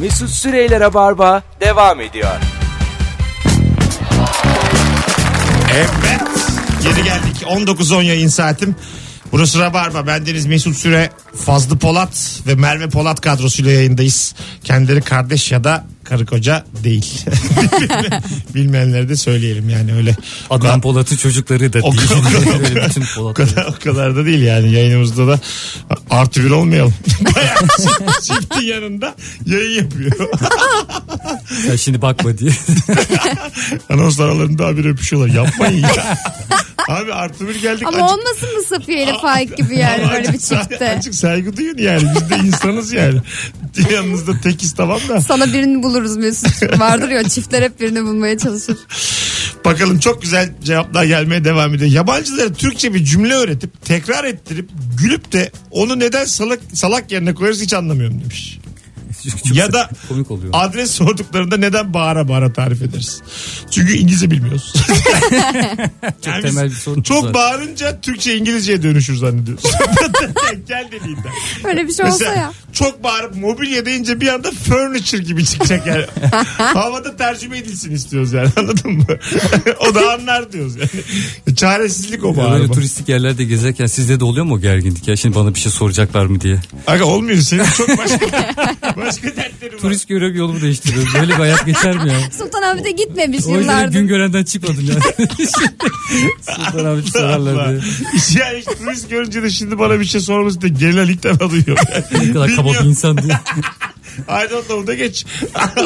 Mesut Süreyler'e barba devam ediyor. Evet. Geri geldik. 19.10 yayın saatim. Burası Rabarba. Ben Deniz Mesut Süre, Fazlı Polat ve Merve Polat kadrosuyla yayındayız. Kendileri kardeş ya da karı koca değil. Bilmeyenlere de söyleyelim yani öyle. O Adam Polat'ı çocukları da O değil. kadar- o kadar- Böyle bütün Polat'ları. kadar, o kadar da değil yani yayınımızda da artı bir olmayalım. Bayağı çift- çiftin yanında yayın yapıyor. Ya şimdi bakma diye. Anons aralarında abi öpüşüyorlar. Yapmayın ya. abi artı bir geldik. Ama Acık- olmasın mı Safiye ile Faik gibi yani Ama böyle bir azıcık- çifte? Azıcık saygı duyun yani. Biz de insanız yani. Yanınızda tekiz tamam da. Sana birini buluruz Mesut. Vardır ya çiftler hep birini bulmaya çalışır. Bakalım çok güzel cevaplar gelmeye devam ediyor. Yabancılara Türkçe bir cümle öğretip tekrar ettirip gülüp de onu neden salak salak yerine koyarız hiç anlamıyorum demiş. Çünkü çok ya da komik oluyor. adres sorduklarında neden bağıra bağıra tarif ederiz? Çünkü İngilizce bilmiyoruz. Yani biz temel bir sorun Çok zaten. bağırınca Türkçe İngilizceye dönüşür zannediyoruz. Gel dediğinden. Öyle bir şey olsa Mesela ya. çok bağırıp mobilya deyince bir anda furniture gibi çıkacak yani. Havada tercüme edilsin istiyoruz yani anladın mı? o da anlar diyoruz yani. Çaresizlik o Ya böyle bağırma. turistik yerlerde gezerken sizde de oluyor mu o gerginlik ya? Şimdi bana bir şey soracaklar mı diye. Aga olmuyor senin çok başka, başka dertlerin var. Turist görev yolumu değiştiriyorum. Böyle bir hayat geçer mi ya? Sultan abi de gitmemiş O yüzden gün yıllardır. görenden çıkmadım yani. Sultan abi Allah. sorarlar diye. Yani işte turist görünce de şimdi bana bir şey sorması da genel ilk defa duyuyorum. Ne kadar kaba bir Bilmiyorum. insan diye. I don't know da geç.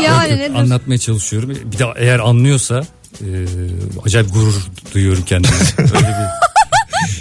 Yani nedir? Anlatmaya çalışıyorum. Bir de eğer anlıyorsa e, acayip gurur duyuyorum kendime. Öyle bir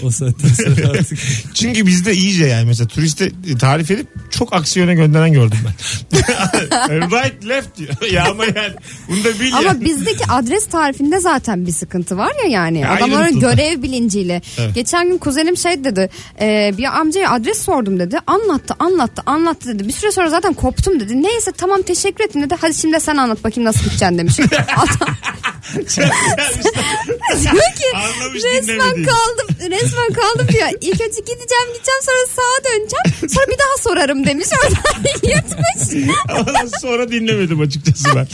o saatten sonra artık. Çünkü bizde iyice yani mesela turiste tarif edip çok aksiyona gönderen gördüm ben. right left diyor. ya ama yani bunu da bil Ama yani. bizdeki adres tarifinde zaten bir sıkıntı var ya yani. Ya, ayrıntılı. Adamların görev bilinciyle. Evet. Geçen gün kuzenim şey dedi. e, bir amcaya adres sordum dedi. Anlattı anlattı anlattı dedi. Bir süre sonra zaten koptum dedi. Neyse tamam teşekkür ettim dedi. Hadi şimdi sen anlat bakayım nasıl gideceksin demiş. Adam diyor ki Anlamış resmen dinlemediğini. kaldım. Resmen kaldım diyor. İlk önce gideceğim gideceğim sonra sağa döneceğim. Sonra bir daha sorarım demiş. Oradan yırtmış. Ondan sonra dinlemedim açıkçası ben.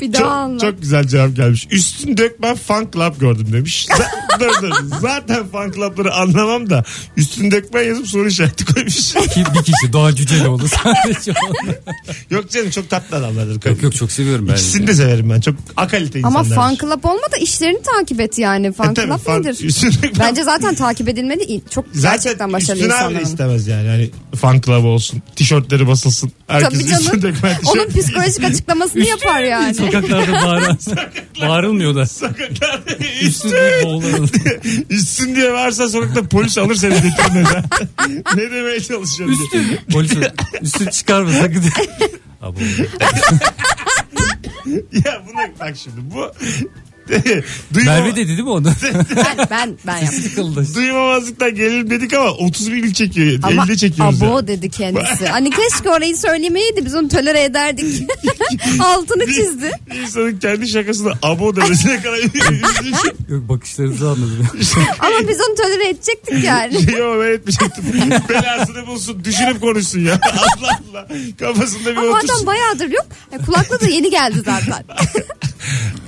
Bir daha çok, anlat. çok güzel cevap gelmiş. Üstün dökmen fan club gördüm demiş. Z- dur dur. Zaten fan club'ları anlamam da üstün dökmen yazıp soru işareti koymuş. Ki bir kişi Doğa Cüceloğlu sadece o. yok canım çok tatlı adamlardır. Yok yok çok seviyorum ben. İkisini de severim ben. Çok akalite insanlar. E, Ama fan club olmadı işlerini takip et yani. Fan club nedir? Bence zaten takip edilmeli. İ- Çok gerçekten Zaten başarılı üstüne abi insanlar. de var. istemez yani. yani fan club olsun. Tişörtleri basılsın. Herkes Tabii üstüne canım. dökmen tişört. Onun psikolojik açıklamasını yapar yani. Sokaklarda bağıran. Bağırılmıyor da. Üstünde Üstün. boğulan. Üstün diye varsa sokakta polis alır seni götürmez. ha. ne demeye çalışıyorsun diye. Üstün. Polis üstün çıkarma sakın. Abi, Ya buna bak şimdi bu Duyma- Merve dedi değil mi onu? Ben ben, ben yaptım. Sıkıldı. duymamazlıktan gelir dedik ama 30 bin il çekiyor. Ama 50 çekiyoruz. abo ya. dedi kendisi. Hani keşke orayı söylemeyeydi biz onu tolere ederdik. Altını çizdi. Bir insanın kendi şakasına abo demesine kadar üzücü. Yok bakışlarınızı anladım. Ama biz onu tolere edecektik yani. Yo ben etmeyecektim. Belasını bulsun düşünüp konuşsun ya. Allah Allah. Kafasında bir Ama otursun. adam bayağıdır yok. E, kulaklığı da yeni geldi zaten.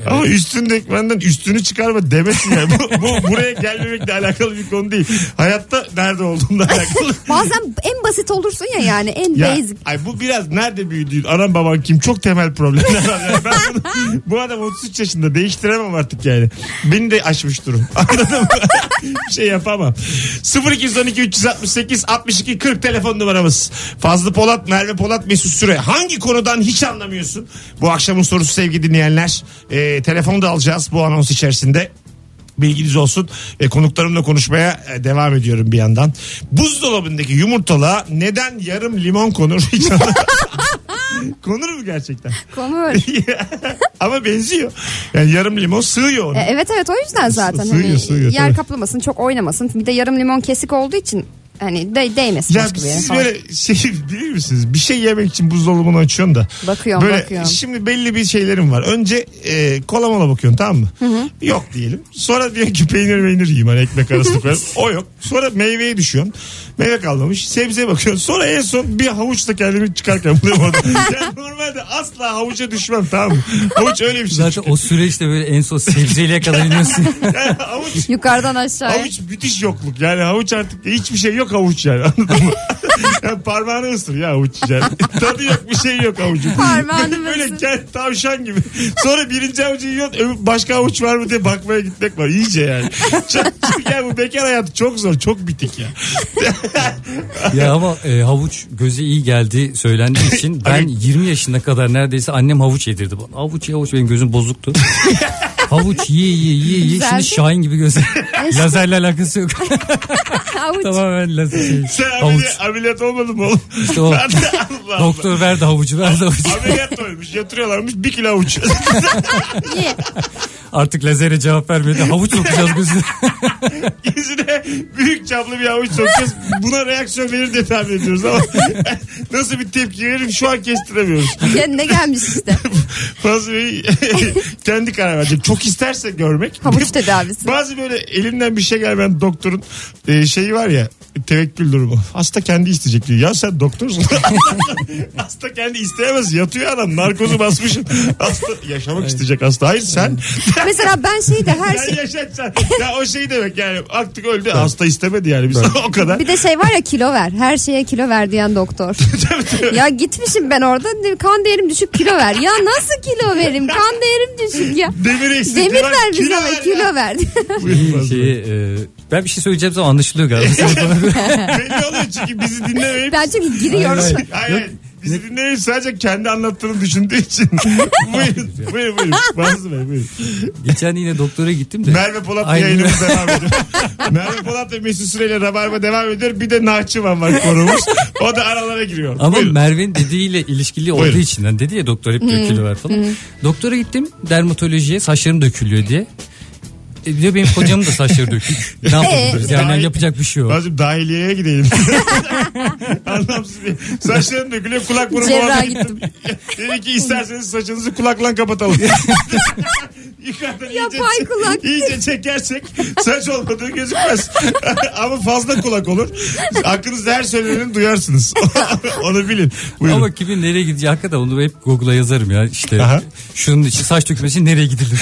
Ama üstünü dökmenden üstünü çıkarma demesin yani. Bu, bu buraya gelmemekle alakalı bir konu değil. Hayatta nerede olduğunla alakalı. Bazen en basit olursun ya yani en Ya, basic. ay bu biraz nerede büyüdüğün anam baban kim çok temel problemler var. Yani ben bunu, bu adam 33 yaşında değiştiremem artık yani. Beni de aşmış durum. Anladın mı? Bir şey yapamam. 0212 368 62 40 telefon numaramız. Fazlı Polat, Merve Polat, Mesut Süre. Hangi konudan hiç anlamıyorsun? Bu akşamın sorusu sevgili dinleyenler. Ee, telefonu da alacağız bu anons içerisinde bilginiz olsun. E, konuklarımla konuşmaya e, devam ediyorum bir yandan. Buzdolabındaki yumurtalığa neden yarım limon konur? Hiç anlamadım. konur mu gerçekten? Konu öyle. Ama benziyor. Yani yarım limon sığıyor ona. E, Evet evet o yüzden zaten Sığıyor, hani sığıyor, yer tabii. kaplamasın çok oynamasın. Bir de yarım limon kesik olduğu için hani de, değmesin Ya başka bir yere siz falan. böyle şey bilir misiniz? Bir şey yemek için buzdolabını açıyorsun da. Bakıyorum, böyle, bakıyorum. Şimdi belli bir şeylerim var. Önce e, kola mola bakıyorsun tamam mı? Yok diyelim. Sonra diyor ki peynir meynir yiyeyim hani ekmek arasında koyarım. O yok. Sonra meyveye düşüyorsun. Meyve kalmamış. Sebzeye bakıyorsun. Sonra en son bir havuçla kendimi çıkarken buluyorum orada. yani normalde asla havuca düşmem tamam mı? Havuç öyle bir şey. Zaten o süreçte böyle en son sebzeyle kadar iniyorsun. Yani havuç Yukarıdan aşağıya. Havuç müthiş yokluk. Yani havuç artık hiçbir şey yok havuç yani. Anladın mı? yani parmağını ısır ya havuç yani. Tadı yok bir şey yok havucun. Parmağını Böyle ısır. kendi tavşan gibi. Sonra birinci havucu yiyorsun öbür başka havuç var mı diye bakmaya gitmek var. İyice yani. Çok, çok- yani bu bekar hayatı çok zor. Çok bitik ya. ya ama e, havuç göze iyi geldi söylendiği için ben 20 yaşına kadar neredeyse annem havuç yedirdi bana. Havuç havuç benim gözüm bozuktu. havuç ye ye ye ye Güzeldi. şimdi Şahin gibi gözler. Lazerle alakası yok. Havuç. Tamamen lazer. şey. Sen Havuç. ameliyat, ameliyat olmadın mı oğlum? İşte o. Ben de- Allah Allah. Doktor verdi havucu verdi havucu. Ameliyat olmuş yatırıyorlarmış bir kilo havuç. Ye. Artık lazere cevap vermedi. Havuç sokacağız gözüne. Yüzüne büyük çaplı bir havuç sokacağız. Buna reaksiyon verir diye tahmin ediyoruz ama nasıl bir tepki verir şu an kestiremiyoruz. Kendine gelmiş işte. Bazı Bey kendi karar verecek. Çok isterse görmek. Havuç tedavisi. Bazı böyle elinden bir şey gelmeyen doktorun e, şeyi var ya tevekkül durumu. Hasta kendi isteyecek diyor. Ya sen doktorsun. hasta kendi isteyemez. Yatıyor adam. Narkozu basmışsın. Hasta yaşamak isteyecek hasta. Hayır sen. Mesela ben şeyi de her Sen şey... yaşatsan. Ya o şey demek yani artık öldü. Hasta istemedi yani biz o kadar. Bir de şey var ya kilo ver. Her şeye kilo ver diyen doktor. ya gitmişim ben orada kan değerim düşük kilo ver. Ya nasıl kilo verim? Kan değerim düşük ya. Demir eksik. Demir ver bize ve ya. kilo ver. Buyurun. Şeyi, e, ben bir şey söyleyeceğim zaman anlaşılıyor galiba. Belli oluyor çünkü bizi dinlemeyip. ben çünkü giriyorum. Hayır, Hayır, hayır. Bizi dinlemeyip sadece kendi anlattığını düşündüğü için. buyurun, buyurun, buyurun. Bazı Bey, buyurun. Geçen yine doktora gittim de. Merve Polat Aynen. yayınımız devam ediyor. Merve Polat ve Mesut Süreyle Rabarba devam ediyor. Bir de Nahçıvan var korumuz. O da aralara giriyor. Ama Buyurun. Merve'nin dediğiyle ilişkili olduğu Buyurun. için. Hani dedi ya doktor hep dökülü var falan. Doktora gittim dermatolojiye saçlarım dökülüyor diye. E, diyor benim kocamın da saçları dökük. Ne yapalım? diyor. Daha- yani yapacak bir şey yok. Bazı dahiliyeye gidelim. Anlamsız diye. Saçlarım dökülüyor kulak burun Cerraha boğaza gittim. Dedi ki isterseniz saçınızı kulakla kapatalım. Yukarıdan iyice, Yapay çek- kulak. iyice çekersek saç olmadığı gözükmez. Ama fazla kulak olur. Aklınızda her söyleneni duyarsınız. Onu bilin. Buyurun. Ama kimin nereye gideceği hakikaten onu hep Google'a yazarım ya işte. Aha. Şunun için saç dökmesi için nereye gidilir?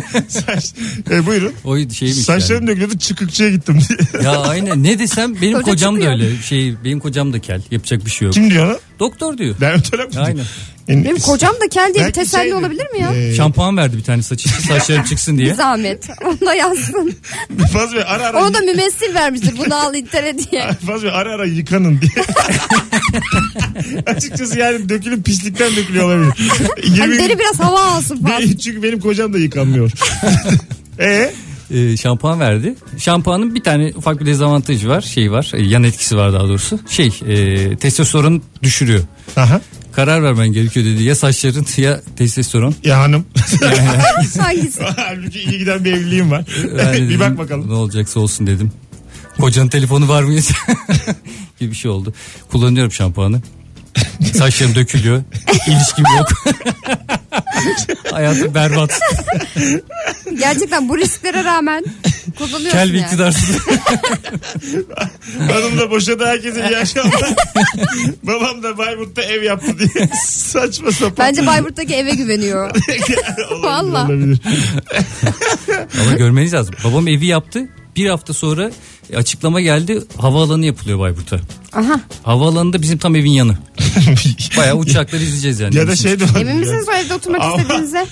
Saç, e, buyurun. o şeymiş Saçlarım dökülüyordu çıkıkçıya gittim diye. yani. Ya aynen ne desem benim Hoca kocam da çıkıyor. öyle. Şey benim kocam da kel. Yapacak bir şey yok. Kim diyor? lan? Doktor diyor. Dermatolog mu? diyor? E, Aynen. En- Benim kocam da kel diye bir Belki teselli şeydir. olabilir mi ya? Ee, Şampuan verdi bir tane saçı saçlarım çıksın Bir diye. zahmet. Onu da yazsın. Fazıl Bey, ara ara Onu da mümessil vermiştir. Bunu al intere diye. Faz Bey ara ara yıkanın diye. Açıkçası yani dökülüp pislikten dökülüyor olabilir. Hani Yemin- deri biraz hava alsın falan. Be- çünkü benim kocam da yıkanmıyor. e Ee, şampuan verdi. Şampuanın bir tane ufak bir dezavantajı var. Şey var. e, Yan etkisi var daha doğrusu. Şey e, testosteron düşürüyor. Aha. Karar vermen gerekiyor dedi. Ya saçların ya testosteron. Ya hanım. Hangisi? Halbuki iyi giden bir evliliğim var. Ben de bir dedim, bak bakalım. Ne olacaksa olsun dedim. Kocanın telefonu var mı? gibi bir şey oldu. Kullanıyorum şampuanı. Saçlarım dökülüyor. İlişkim yok. Hayatım berbat. Gerçekten bu risklere rağmen kullanıyorsun Kel bir yani. iktidarsız. Hanım da boşadı herkese iyi akşamlar. Babam da Bayburt'ta ev yaptı diye. Saçma sapan. Bence Bayburt'taki eve güveniyor. Olabilir, Valla. olabilir. Ama görmeniz lazım. Babam evi yaptı. Bir hafta sonra açıklama geldi. Havaalanı yapılıyor Bayburt'ta. Aha. Havaalanında bizim tam evin yanı. Bayağı uçakları izleyeceğiz yani. ya da şey de var. Emin misiniz o evde Ama- oturmak istediğinize?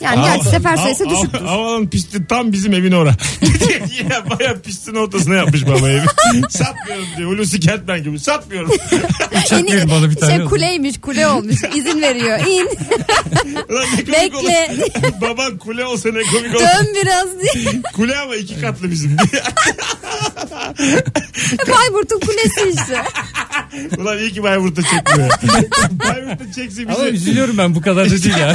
Yani gerçi sefer sayısı Hava- düşük. Havalın pisti tam bizim evin ora. ya baya pistin ortasına yapmış baba evi. Satmıyorum diyor. Hulusi Kentmen gibi. Satmıyorum. Uçak verin bana bir tane. Şey kuleymiş kule olmuş izin veriyor in Ulan ne komik bekle olur. Baban kule olsa ne komik olur. dön biraz diye Kule ama iki katlı bizim. diye. Bayburt'un kulesi işte Ulan iyi ki Bayburt'ta çekmiyor. Bayburt'ta çekse Ama bizi. üzülüyorum ben bu kadar da değil ya.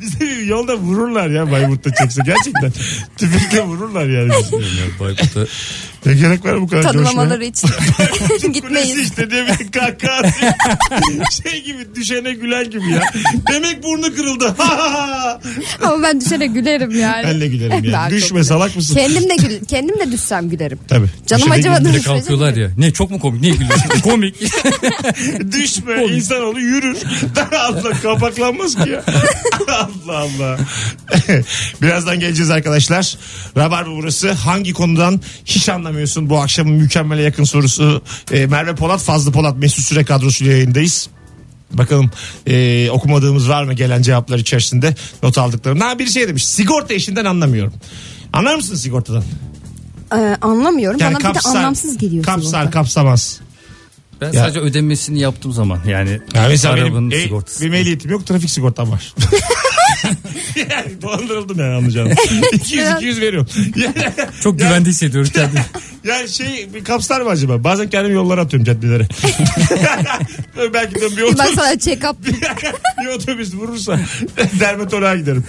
Bizi yolda vururlar ya Bayburt'ta çekse gerçekten. Tüfekle vururlar yani. bizi. Bilmiyorum, Bayburt'a. Ne gerek var bu kadar coşmaya? Tanımlamaları için Kulesi gitmeyiz. işte diye bir kahkaha atıyor. şey gibi düşene gülen gibi ya. Demek burnu kırıldı. Ha ha ha. Ama ben düşene gülerim yani. ben de gülerim ya. Ben çok Düşme gülerim. salak mısın? Kendim de gül, kendim de düşsem gülerim. Tabii. Canım Düşene acımadı. Bir de kalkıyorlar ya. Ne çok mu komik? Niye gülüyorsun? komik. gülen- Düşme insanoğlu yürür. Daha Allah kapaklanmaz ki ya. Allah Allah. Birazdan geleceğiz arkadaşlar. Rabarba burası. Hangi konudan hiç anlamıyorsun bu akşamın mükemmele yakın sorusu. Ee, Merve Polat, Fazlı Polat, Mesut Süre kadrosuyla yayındayız. Bakalım e, okumadığımız var mı gelen cevaplar içerisinde not aldıklarım. Ha bir şey demiş sigorta işinden anlamıyorum. Anlar mısın sigortadan? Ee, anlamıyorum. Yani Bana bir de anlamsız geliyor. Kapsar sigorta. kapsamaz. Ben sadece ödemesini yaptığım zaman yani. Ya mesela arabanın benim, e, sigortası. benim ehliyetim yok trafik sigortam var. yani dolandırıldım yani anlayacağınız. 200-200 veriyorum. Yani, Çok güvende hissediyorum kendimi. yani şey bir kapsar mı acaba? Bazen kendimi yollara atıyorum caddelere. Böyle Belki de bir Bir Ben otobüs, sana check-up bir otobüs vurursa dermatoloğa giderim.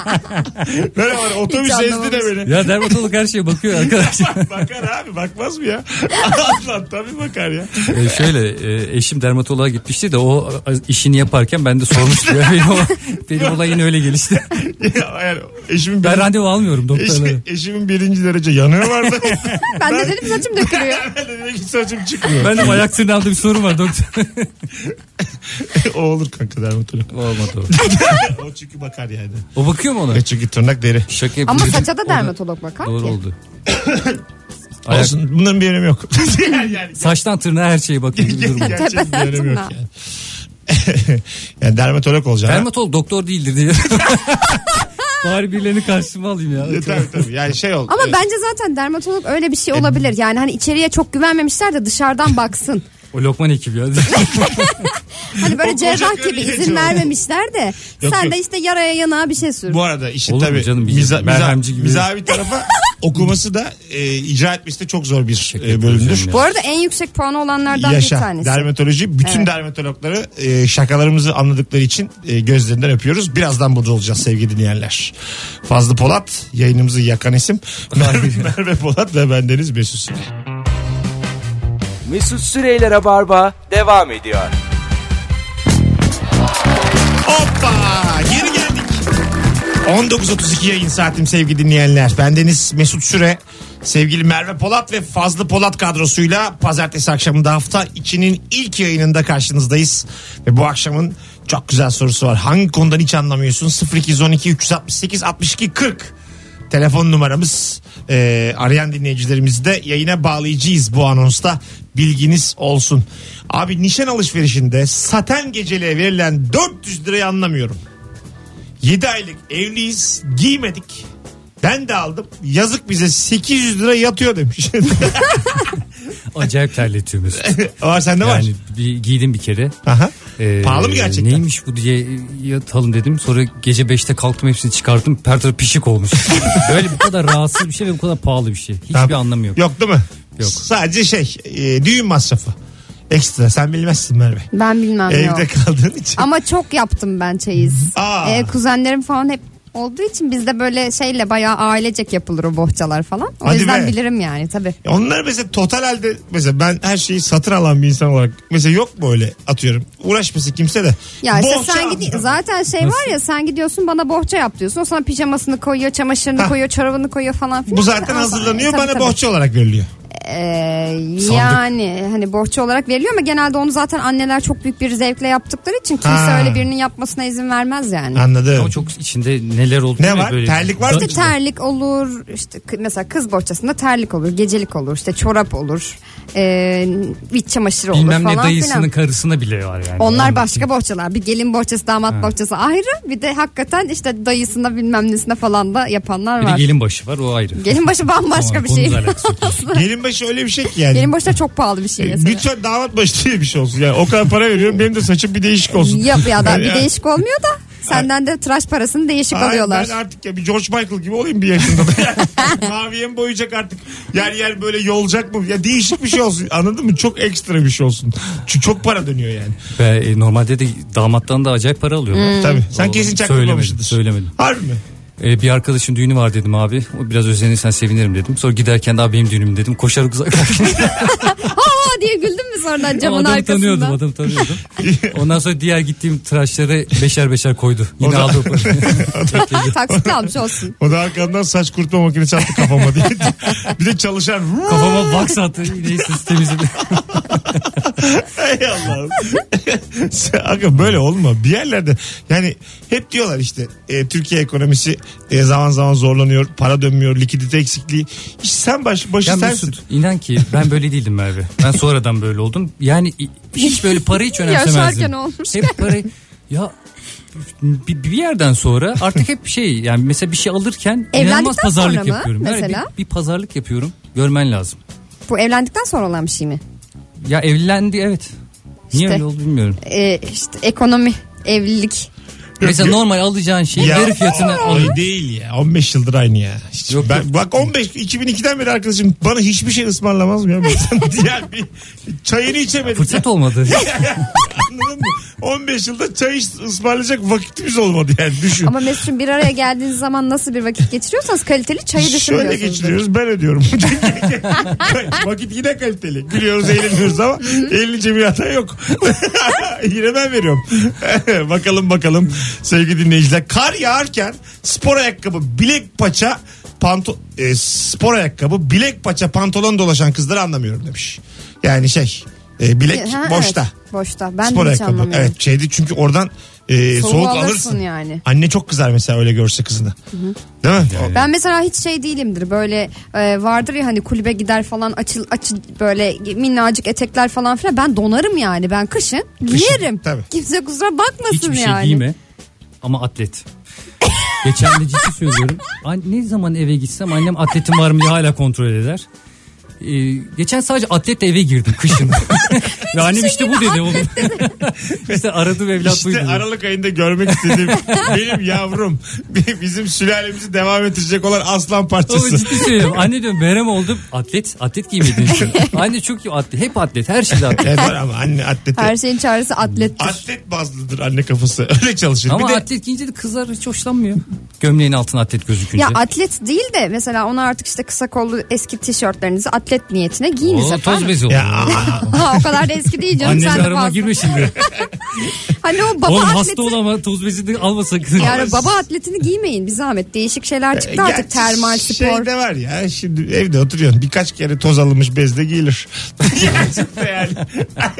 Böyle var otobüs Hiç ezdi de anlamamışsın. beni. Ya dermatolog her şeye bakıyor arkadaşlar. Bakar abi bakmaz mı ya? Allah tabii bakar ya. E, şöyle e, eşim dermatoloğa gitmişti de o a, işini yaparken ben de sormuştum. Ya, benim, o- benim olay yine öyle gelişti. yani eşimin Ben birinci- randevu almıyorum doktorlara. eşi- eşimin birinci derece yanığı vardı. Ben de dedim saçım dökülüyor. Ben de dedim ki saçım çıkmıyor. Ben de ayak tırnağımda bir sorun var doktor. o olur kanka dermatolog. Olmadı o. o çünkü bakar yani. O bakıyor mu ona? E çünkü tırnak deri. Şaka Ama yapıyorum. saça da O dermatolog bakar Doğru ki. oldu. Ayak, Olsun bunların bir önemi yok. yani, yani, saçtan tırnağa her şeye bakıyor gibi bir durum. var. gerçek bir önemi yok Hayatımda. yani. yani dermatolog olacağım. Dermatolog doktor değildir diye. Bari birilerini karşıma alayım ya. Ya, E, tabii tabii yani şey ol. Ama e, bence zaten dermatolog öyle bir şey olabilir. Yani hani içeriye çok güvenmemişler de dışarıdan baksın. O Lokman ekibi ya. Hani O böyle koca cerrah gibi karıya izin çok- vermemişler de Yok, sen yok. de işte yaraya yanağa bir şey sür. bu arada işin Olur mu tabii canım, bir miza, miza, merhemci gibi. mizahi bir tarafa okuması da e, icra etmesi de çok zor bir e, bölümdür. ediyorum Bu arada en yüksek puanı olanlardan bir Yaşa. tanesi. Dermatoloji. Bütün Evet. dermatologları e, şakalarımızı anladıkları için e, gözlerinden öpüyoruz. Birazdan burada olacağız sevgili dinleyenler. Fazlı Polat yayınımızı yakan isim. Merve, Merve Polat ve bendeniz Mesut Süre. Mesut Süreyler'e barba devam ediyor. Hoppa! Geri geldik. 19.32 yayın saatim sevgili dinleyenler. Bendeniz Mesut Süre, sevgili Merve Polat ve Fazlı Polat kadrosuyla pazartesi akşamında hafta içinin ilk yayınında karşınızdayız. Ve bu akşamın çok güzel sorusu var. Hangi konudan hiç anlamıyorsun? 0212 368 62 40 telefon numaramız. Ee, arayan dinleyicilerimizi de yayına bağlayacağız bu anonsta. Bilginiz olsun. Abi nişan alışverişinde saten geceliğe verilen 400 lirayı anlamıyorum. 7 aylık evliyiz giymedik. Ben de aldım. Yazık bize 800 lira yatıyor demiş. Acayip terletiyor Mesut. var sende var. Yani bir, giydim bir kere. Aha. Ee, Pahalı mı gerçekten? Neymiş bu diye yatalım dedim. Sonra gece 5'te kalktım hepsini çıkarttım. Her tarafı pişik olmuş. Böyle bu kadar rahatsız bir şey ve bu kadar pahalı bir şey. Hiçbir Tamam. anlamı yok. Yok değil mi? Yok. Sadece şey e, düğün masrafı. Ekstra sen bilmezsin Merve. Ben bilmem yok. Evde kaldığın için. Ama çok yaptım ben çeyiz. Aa. Ee, kuzenlerim falan hep olduğu için bizde böyle şeyle bayağı ailecek yapılır o bohçalar falan. O Hadi yüzden be. bilirim yani tabii. Onlar mesela total halde mesela ben her şeyi satın alan bir insan olarak mesela yok mu öyle atıyorum. Uğraşmasın kimse de. Ya işte Bohça sen aldım. gidi zaten şey var ya sen gidiyorsun bana bohça yap diyorsun. O sana pijamasını koyuyor, çamaşırını Ha. koyuyor, çorabını koyuyor falan filan. Bu zaten Ama- E, hazırlanıyor Tabii, bana tabii. bohça olarak veriliyor. Ee, yani hani bohça olarak veriliyor ama genelde onu zaten anneler çok büyük bir zevkle yaptıkları için kimse Ha. öyle birinin yapmasına izin vermez yani. Anladım. Ama çok içinde neler oldu. Ne değil mi? var? Terlik var mı? İşte terlik olur işte kı- mesela kız bohçasında terlik olur gecelik olur işte çorap olur e, iç çamaşırı olur Bilmem ne falan dayısının filan. karısına bile var yani. Onlar başka bohçalar bir gelin bohçası damat bohçası ayrı bir de hakikaten işte dayısına bilmem nesine falan da yapanlar Bir de var. gelin başı var o ayrı. Gelin başı bambaşka Ama bir şey. konuyla alakası yok. Gelinbaşı öyle bir şey ki yani. Gelin boşta çok pahalı bir şey E, mesela. Lütfen damat başı diye bir şey olsun. Yani o kadar para veriyorum benim de saçım bir değişik olsun. Yap ya da bir Yani- değişik olmuyor da Senden de tıraş parasını değişik Ay, alıyorlar. Ben artık ya bir George Michael gibi olayım bir yaşında. Maviye mi boyayacak artık? Yer yer böyle yolacak mı? Ya değişik bir şey olsun. Anladın mı? Çok ekstra bir şey olsun. Çünkü çok para dönüyor yani. Ve e, normalde de damattan da acayip para alıyorlar. Hmm. Tabii. Sen O- kesin söylemedim, çaktırmamışsındır. söylemedim. Harbi mi? E, bir arkadaşın düğünü var dedim abi. O biraz özenirsen sevinirim dedim. Sonra giderken daha benim düğünüm dedim. Koşarak uzak. Aa diye güldün mü sonradan camın adamı arkasında? tanıyordum adamı tanıyordum. Ondan sonra diğer gittiğim tıraşları beşer beşer koydu. Yine aldı o parayı. Taksitle almış olsun. O da arkamdan saç kurutma makinesi attı kafama diye. bir de çalışan. Kafama box attı. Yine siz temizledin. Ey Allah'ım. Sen- Aga böyle olma. Bir yerlerde yani hep diyorlar işte e, Türkiye ekonomisi e, zaman zaman zorlanıyor. Para dönmüyor. Likidite eksikliği. İşte sen baş, başı Ya sensin. Mesut inan ki ben böyle değildim Merve. Ben sonradan böyle oldum. Yani i- hiç böyle parayı hiç önemsemezdim. Yaşarken olmuş. Hep parayı ya bir, bir yerden sonra artık hep şey yani mesela bir şey alırken inanılmaz Evlendikten pazarlık sonra mı yapıyorum. Yani mesela? bir, bir pazarlık yapıyorum. Görmen lazım. Bu evlendikten sonra olan bir şey mi? Ya evlendi evet. Niye İşte. öyle oldu bilmiyorum. Ee, işte ekonomi, evlilik. Mesela gö- normal alacağın şeyi yarı fiyatına Ay alın. değil ya. 15 yıldır aynı ya. Hiç- Yok, ben, yok. Bak 15 2002'den beri arkadaşım bana hiçbir şey ısmarlamaz mı ya? Ben- ya bir çayını içemedim. Fırsat olmadı. Anladın mı? 15 yılda çay is- ısmarlayacak vakitimiz olmadı yani düşün. Ama Mesut'un bir araya geldiğiniz zaman nasıl bir vakit geçiriyorsanız kaliteli çayı Şöyle düşünmüyorsunuz. geçiriyoruz ben ödüyorum. Vakit yine kaliteli. Gülüyoruz eğleniyoruz ama eğlenince bir hata yok. yine ben veriyorum. bakalım bakalım sevgili dinleyiciler. Kar yağarken spor ayakkabı bilek paça panto e, spor ayakkabı bilek paça pantolon dolaşan kızları anlamıyorum demiş. Yani şey e, bilek Ha, boşta. evet, boşta. Ben spor de hiç ayakkabı. anlamıyorum. Evet şeydi çünkü oradan e, Soğuğu soğuk alırsın. alırsın yani. Anne çok kızar mesela öyle görse kızını. Değil mi? O- Ben mesela hiç şey değilimdir böyle e, vardır ya hani kulübe gider falan açıl açıl böyle minnacık etekler falan filan ben donarım yani ben kışın, giyerim. tabii. Kimse kusura bakmasın Hiçbir şey yani. giyme ama atlet. Geçen de ciddi söylüyorum. An- Ne zaman eve gitsem annem atletim var mı diye hala kontrol eder. Ee, geçen sadece atletle eve girdim kışın. Ve annem işte bu dedi oğlum. işte aradım evlat İşte buydu. dedi. Aralık ayında görmek istediğim benim yavrum bizim sülalemizi devam ettirecek olan aslan Ama parçası. ciddi söylüyorum. Anne diyorum berem oldum. Atlet, atlet giymedin. Anne çok iyi atlet. Hep atlet. Her şeyde atlet. Evet E, var ama anne atlete. Her şeyin çaresi atlettir. Atlet bazlıdır anne kafası. Öyle çalışır. Ama bir de atlet giyince de kızlar hiç hoşlanmıyor. Gömleğin altına atlet gözükünce. ya atlet değil de mesela ona artık işte kısa kollu eski tişörtlerinizi atlet niyetine giyiniz o toz efendim. bezi oldu. ya, aa, Ha, o kadar da eski değil canım Anne sen de karıma fazla. girme şimdi. Hani o baba Oğlum hasta atleti. ol ama toz bezi de alma sakın. Yani baba atletini giymeyin bir zahmet. Değişik şeyler çıktı artık gerçi termal spor. Ee, Şey de var ya şimdi evde oturuyorsun birkaç kere toz alınmış bezle giyilir. Gerçekten yani.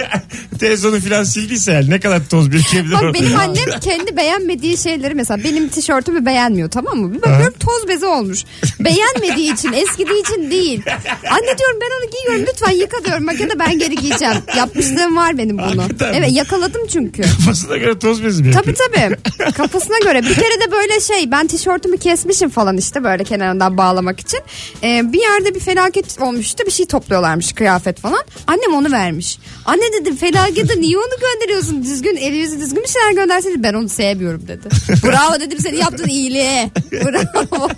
Televizyonu filan sildiyse yani ne kadar toz birikiyebilir Bak orada. benim annem kendi beğenmediği şeyleri mesela benim tişörtümü beğenmiyor tamam mı? Bir bakıyorum toz bezi olmuş. Beğenmediği için eskidiği için değil. Anne diyorum ben onu giyiyorum lütfen yıka diyorum makinede ben geri giyeceğim. Yapmışlığım var benim bunu. Hakikaten mi? Evet yakaladım çünkü. Kafasına göre toz bezi mi yapıyor? Tabii tabii kafasına göre bir kere de böyle şey ben tişörtümü kesmişim falan işte böyle kenarından bağlamak için Ee, bir yerde bir felaket olmuştu bir şey topluyorlarmış kıyafet falan annem onu vermiş anne dedim felakete niye onu gönderiyorsun düzgün eli yüzü düzgün bir şeyler gönderseydi ben onu sevmiyorum dedi bravo dedim senin yaptığın iyiliğe bravo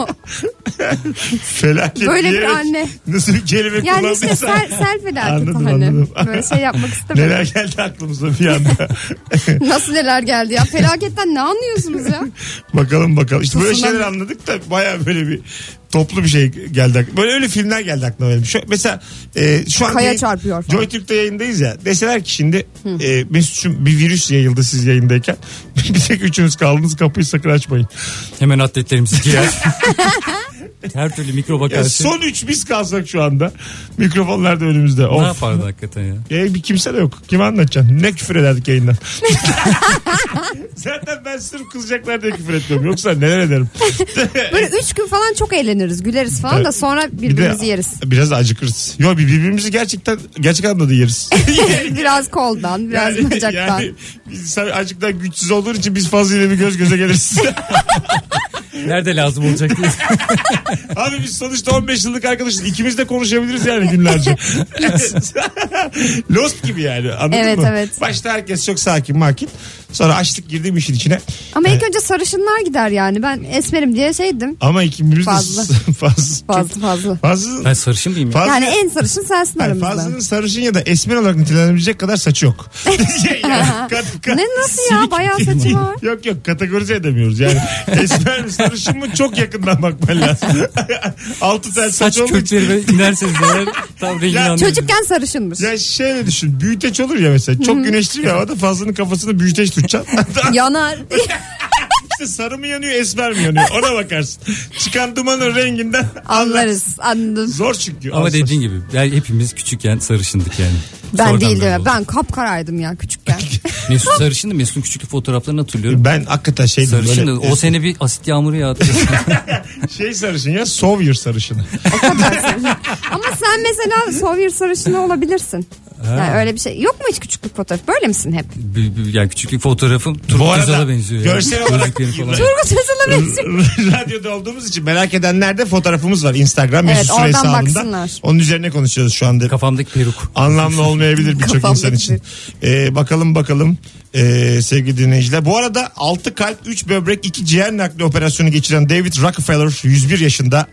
Felaket Böyle bir diyerek anne. Nasıl bir kelime yani kullandıysa. işte sel, sel felaketi Anladım, hani anladım. böyle şey yapmak istemedim Neler geldi aklımıza bir anda. nasıl neler geldi ya felaketten ne anlıyorsunuz ya bakalım bakalım. İşte böyle Tsunami. şeyler anladık da baya böyle bir toplu bir şey geldi. ak- Böyle öyle filmler geldi aklıma benim. Şu, mesela e, şu an Kaya yayın- çarpıyor falan. JoyTürk'te yayındayız ya. Deseler ki şimdi e, Mesut'cum bir virüs yayıldı siz yayındayken. bir tek üçünüz kaldınız kapıyı sakın açmayın. Hemen atletlerimizi giyer. Her türlü mikroba Ya, karşı. E, son üç biz kalsak şu anda. Mikrofonlar da önümüzde. Ne Of. yapardı hakikaten ya? E, bir kimse de yok. Kime anlatacaksın? Ne küfür ederdik yayından. Zaten ben sırf kızacaklar diye küfür etmiyorum. Yoksa neler ederim. Böyle üç gün falan çok eğleniriz, güleriz falan da sonra Bir de birbirimizi yeriz. Biraz acıkırız. Yo bir- birbirimizi gerçekten gerçek anlamda da yeriz. biraz koldan, biraz bacaktan. yani biz sen azıcık daha güçsüz olduğun için biz fazla bir göz göze geliriz. Nerede lazım olacak diye. Abi biz sonuçta 15 yıllık arkadaşız. İkimiz de konuşabiliriz yani günlerce. Lost gibi yani anladın Evet, mı? evet. Başta herkes çok sakin makin. Sonra açlık girdim işin içine. Ama ilk önce sarışınlar gider yani. Ben esmerim diye şeydim. Ama ikimiz de Fazla. fazla. Fazla fazla. Fazla. Ben sarışın mıyım ya? Fazla. Yani en sarışın sensin Hayır, aramızda. Fazlı'nın sarışın ya da esmer olarak nitelendirilecek kadar saçı yok. Şey, Yani kat- kat- Ne nasıl ya? silik Bayağı değil. saçı var. Yok yok kategorize edemiyoruz yani. esmer mi sarışın mı çok yakından bakman lazım. Altı tel saç, Saç saç olmuş. kökleri böyle inerseniz böyle tam rengini Ya- anlıyorsunuz. Çocukken sarışınmış. Ya şöyle düşün büyüteç olur ya mesela çok güneşli bir havada Fazlı'nın kafasını büyüteç tutacaksın. Yanar. işte sarı mı yanıyor esmer mi yanıyor ona bakarsın. Çıkan dumanın renginden anlarsın. Anlarız. Anladım. Zor çünkü. Ama Az- dediğin gibi yani hepimiz küçükken sarışındık yani. Ben Sonradan değildim. böyle ya. oldu. Ben kapkaraydım ya küçükken. Mesut sarışındı. Mesut'un küçüklük fotoğraflarını hatırlıyorum. Ben hakikaten şeydim Sarışındı. böyle. O sene bir asit yağmuru yağdı. Şey sarışın ya Sovyer sarışını. Ama sen mesela Sovyer sarışını olabilirsin. Yani öyle bir şey. Yok mu hiç küçüklük fotoğrafı? Böyle misin hep? Bir- bir- yani küçüklük fotoğrafım Bu Turgut arada Özal'a benziyor. ya. görsel olarak Gözlükleri falan. Turgut Özal'a benziyor. radyoda olduğumuz için merak edenler de fotoğrafımız var Instagram Evet, Mesut Süre oradan hesabında. baksınlar. Onun üzerine konuşuyoruz şu anda. Kafamdaki peruk. Anlamlı olmayabilir birçok insan Kafamdaki. için. Ee, bakalım bakalım ee, sevgili dinleyiciler. Bu arada 6 kalp 3 böbrek 2 ciğer nakli operasyonu geçiren David Rockefeller 101 yaşında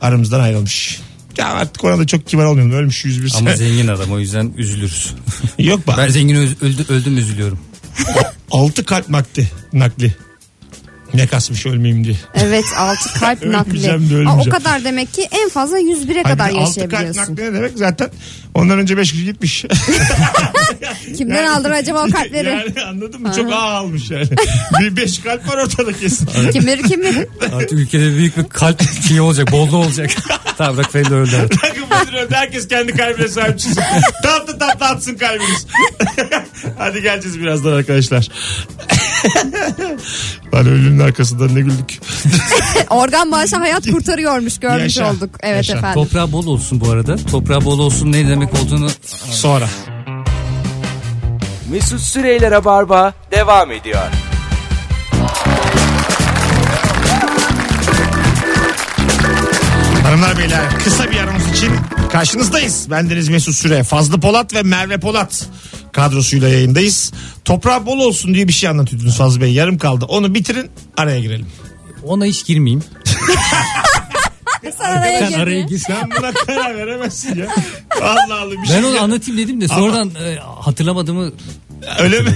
aramızdan ayrılmış. Ya artık ona da çok kibar olmayalım. Ölmüş 101 Ama sene. zengin adam o yüzden üzülürüz. Yok bak. Ben zengin öz- öldü, öldüm üzülüyorum. 6 kalp nakli. nakli. Ne kasmış ölmeyeyim diye. Evet altı kalp nakli. Ölmeyeceğim de Aa, o ölmeyeceğim. kadar demek ki en fazla 101'e Hayır, kadar bir de altı kalp yaşayabiliyorsun. nakli ne demek zaten? Ondan önce 5 kişi gitmiş. Kimden aldın acaba o kalpleri? Yani anladın mı? Çok ağ almış yani. bir beş kalp var ortada kesin. Kim bilir kim bilir. Artık ülkede büyük bir kalp şeyi olacak. Bollu olacak. tamam Rockefeller öldü. artık. Takım müdürü öldü. Herkes kendi kalbine sahip çıksın. tatlı tatlı atsın kalbiniz. Hadi geleceğiz birazdan arkadaşlar. Lan ölümün arkasından ne güldük. Organ bağışı hayat kurtarıyormuş görmüş Yaşa, olduk. Evet yaşa. efendim. Toprağı bol olsun bu arada. Toprağı bol olsun ne demek olduğunu Sonra. Mesut Süreyler'e barba devam ediyor. Hanımlar beyler kısa bir aramız için karşınızdayız. Bendeniz Mesut Süre, Fazlı Polat ve Merve Polat kadrosuyla yayındayız. Toprağı bol olsun diye bir şey anlatıyordunuz Fazlı Bey. Yarım kaldı. Onu bitirin araya girelim. ona hiç girmeyeyim. Sen araya Sen girdin. araya gir. Sen buna karar veremezsin ya. Allah Allah bir şey. Ben onu ya. anlatayım dedim de sonradan e, hatırlamadığımı Öyle mi?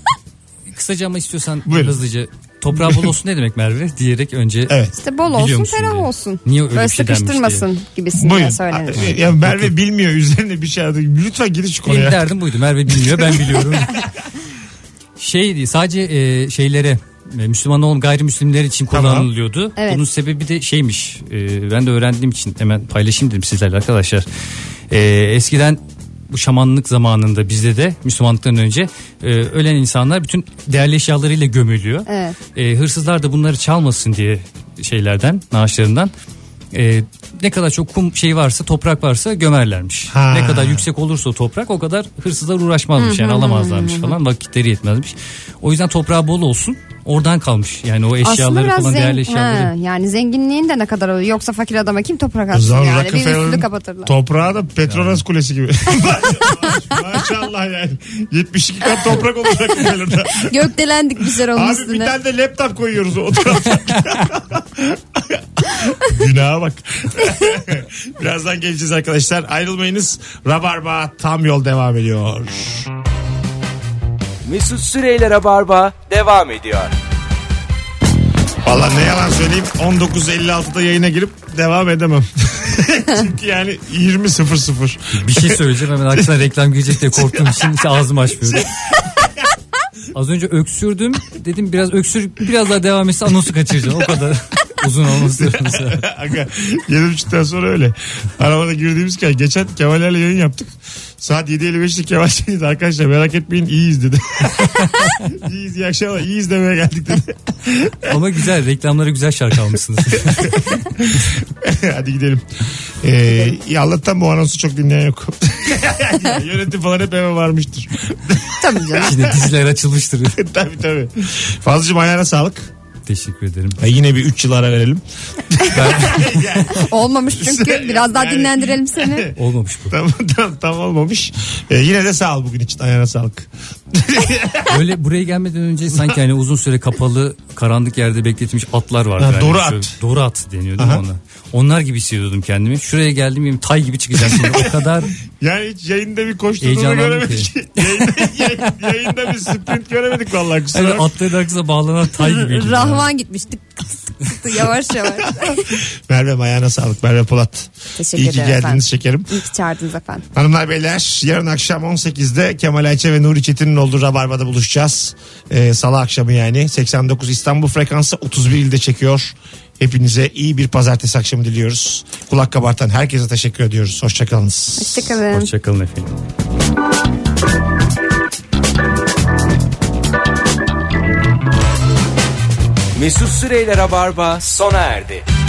kısaca ama istiyorsan Buyurun. hızlıca toprağı bol olsun ne demek Merve diyerek önce evet. İşte bol olsun Biliyormuşsun ferah diye. olsun. Niye öyle Böyle bir şey denmiş sıkıştırmasın gibisinden söylenir. Buyurun. Ya Merve bilmiyor üzerine bir şey adı. Lütfen gir şu Benim konuya. derdim buydu. Merve bilmiyor ben biliyorum. şey değil, sadece e, şeylere e, Müslüman olan gayrimüslimler için Tamam. kullanılıyordu. Evet. Bunun sebebi de şeymiş. e, ben de öğrendiğim için hemen paylaşayım dedim sizlerle arkadaşlar. E, eskiden bu şamanlık zamanında bizde de Müslümanlıktan önce e, ölen insanlar bütün değerli eşyalarıyla gömülüyor. Evet. E, hırsızlar da bunları çalmasın diye şeylerden, naaşlarından e, ne kadar çok kum şey varsa, toprak varsa gömerlermiş. Ha. Ne kadar yüksek olursa o toprak o kadar hırsızlar uğraşmazmış yani alamazlarmış falan vakitleri yetmezmiş. O yüzden toprağı bol olsun. Oradan kalmış yani o Aslında eşyaları biraz falan değerli zengin. eşyaları. yani zenginliğin de ne kadar oluyor. Yoksa fakir adama kim toprak O atsın zaman yani. Bir Rockefeller'ın üstünü kapatırlar. toprağı da Petronas Kulesi gibi. Maşallah yani. 72 kat toprak olacak Rockefeller'da. Gökdelendik bizler onun Abi üstüne. bir tane de laptop koyuyoruz o tarafa. Günaha bak. Birazdan geleceğiz arkadaşlar. Ayrılmayınız. Rabarba tam yol devam ediyor. Mesut Süreyler'e barba devam ediyor. Valla ne yalan söyleyeyim 19.56'da yayına girip devam edemem. Çünkü yani 20.00. Bir şey söyleyeceğim hemen aksine reklam girecek diye korktuğum için hiç ağzımı açmıyorum. Az önce öksürdüm dedim biraz öksür biraz daha devam etse anonsu kaçıracağım o kadar uzun olması. Aga 7.30'dan sonra öyle. Arabada girdiğimiz kez geçen Kemal'lerle yayın yaptık. Saat 7.55'te Kemal şey dedi arkadaşlar merak etmeyin iyiyiz dedi. iyiyiz iyi akşamlar iyiyiz demeye geldik dedi. Ama güzel reklamlara güzel şarkı almışsınız. Hadi gidelim. Ee, iyi, Allah'tan bu anonsu çok dinleyen yok. Ya, Yönetim falan hep eve varmıştır. Tabii canım. Şimdi diziler açılmıştır. tabii tabii. Fazlıcığım ayağına sağlık. Teşekkür ederim. E, yine bir 3 yıl ara verelim. Olmamış çünkü. Biraz daha Şey, Yani- dinlendirelim seni. Olmamış bu. Tam, tam, tam olmamış. Ee, yine de sağ ol bugün için. Ayağına sağlık. Böyle buraya gelmeden önce sanki hani uzun süre kapalı karanlık yerde bekletilmiş atlar vardı. Ha, hani doru şöyle- at. Doru at deniyor değil mi ona? Onlar gibi hissediyordum kendimi. Şuraya geldim benim tay gibi çıkacağım şimdi. O kadar Yani hiç yayında bir koşturduğunu Heyecanlandım göremedik. yayında, yay- yayında bir sprint göremedik vallahi kusura hani bakma. atların arkasına bağlanan tay gibi. Rahvan gitmiş. Tık tık tık tık. yavaş yavaş. Merve ayağına sağlık. Merve Polat. Teşekkür İyi ki ederim geldiniz efendim. şekerim. İyi ki çağırdınız efendim. Hanımlar beyler yarın akşam 18'de Kemal Ayça ve Nuri Çetin'in olduğu Rabarba'da buluşacağız. Ee, Salı akşamı yani 89 İstanbul frekansı 31 ilde çekiyor. Hepinize iyi bir pazartesi akşamı diliyoruz. Kulak kabartan herkese teşekkür ediyoruz. Hoşçakalınız. Hoşçakalın. Hoşçakalın efendim. Mesut Süreyler'e barba sona erdi.